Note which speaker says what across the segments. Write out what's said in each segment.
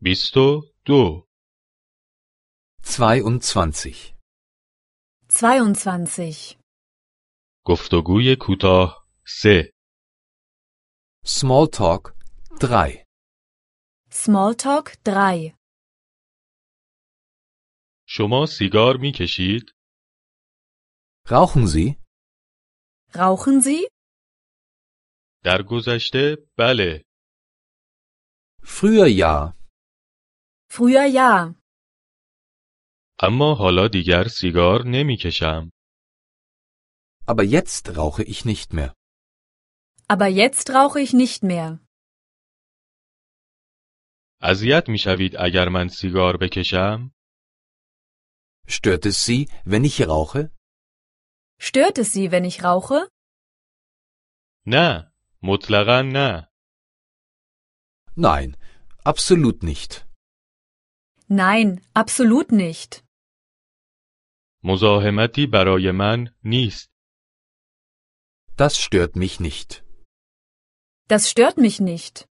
Speaker 1: bist du du?
Speaker 2: 22.
Speaker 3: 22.
Speaker 1: گفتگوی کوتاه سه
Speaker 2: Smalltalk 3.
Speaker 3: Smalltalk 3.
Speaker 1: شما سیگار می کشید؟
Speaker 2: Rauchen Sie?
Speaker 3: Rauchen Sie?
Speaker 1: در گذشته بله.
Speaker 2: Früher ja.
Speaker 3: Früher ja.
Speaker 1: اما حالا دیگر سیگار نمی کشم.
Speaker 2: Aber jetzt rauche ich nicht mehr.
Speaker 3: Aber jetzt rauche ich nicht mehr.
Speaker 1: اذیت می شوید اگر من سیگار بکشم؟
Speaker 2: Stört es Sie, wenn ich rauche?
Speaker 3: Stört es Sie, wenn ich rauche?
Speaker 1: نه. مطلقا نه.
Speaker 2: Nein, absolut nicht.
Speaker 3: Nein, absolut nicht.
Speaker 1: مزاحمتی برای من نیست.
Speaker 2: Das stört mich nicht.
Speaker 3: Das stört mich nicht.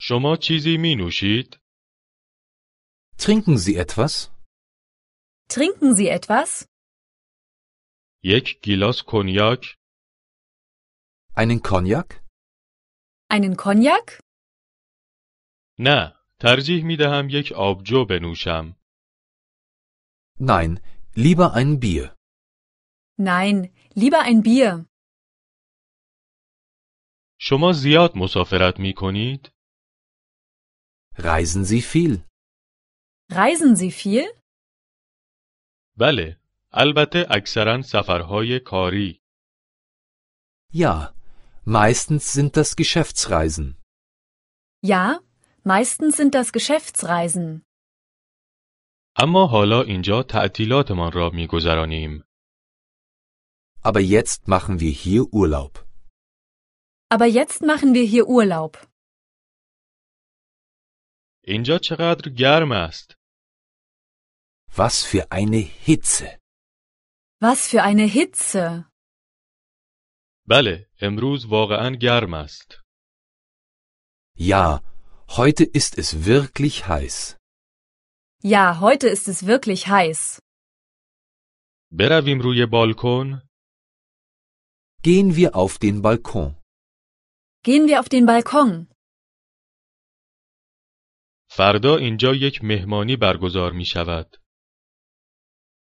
Speaker 1: شما چیزی می نوشید؟
Speaker 2: Trinken Sie etwas?
Speaker 3: Trinken Sie etwas?
Speaker 1: یک گیلاس کنیاک؟
Speaker 2: Einen Cognac?
Speaker 3: Einen Cognac?
Speaker 1: نه. ترجیح می دهم یک آبجو بنوشم.
Speaker 2: Nein, lieber ein Bier.
Speaker 3: Nein, lieber ein Bier.
Speaker 1: شما زیاد مسافرت می کنید؟
Speaker 2: Reisen Sie viel?
Speaker 3: Reisen Sie viel?
Speaker 1: بله. البته اکثرا سفرهای کاری.
Speaker 2: Ja. Meistens sind das Geschäftsreisen.
Speaker 3: Ja, meistens sind das Geschäftsreisen.
Speaker 1: اما حالا اینجا تعطیلاتمان را می‌گذرانیم.
Speaker 2: Aber jetzt machen wir hier Urlaub.
Speaker 3: Aber jetzt machen wir hier Urlaub.
Speaker 1: اینجا چقدر گرم است.
Speaker 2: Was für eine Hitze!
Speaker 3: Was für eine Hitze.
Speaker 1: بله، امروز واقعا گرم است.
Speaker 2: Ja, heute ist es wirklich heiß.
Speaker 3: Ja, heute ist es wirklich heiß.
Speaker 1: برویم روی بالکن.
Speaker 2: Gehen wir auf den Balkon.
Speaker 3: Gehen wir auf den Balkon.
Speaker 1: فردا اینجا یک مهمانی برگزار می شود.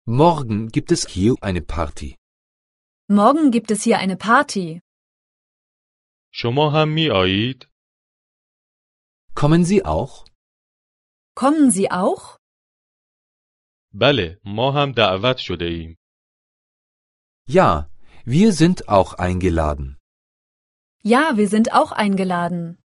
Speaker 2: Morgen gibt es hier eine Party.
Speaker 3: Morgen gibt es hier eine Party.
Speaker 1: شما هم می آیید؟
Speaker 2: Kommen Sie auch?
Speaker 3: Kommen Sie auch?
Speaker 1: بله، ما هم دعوت شده ایم.
Speaker 2: Ja, wir sind auch eingeladen.
Speaker 3: Ja, wir sind auch eingeladen.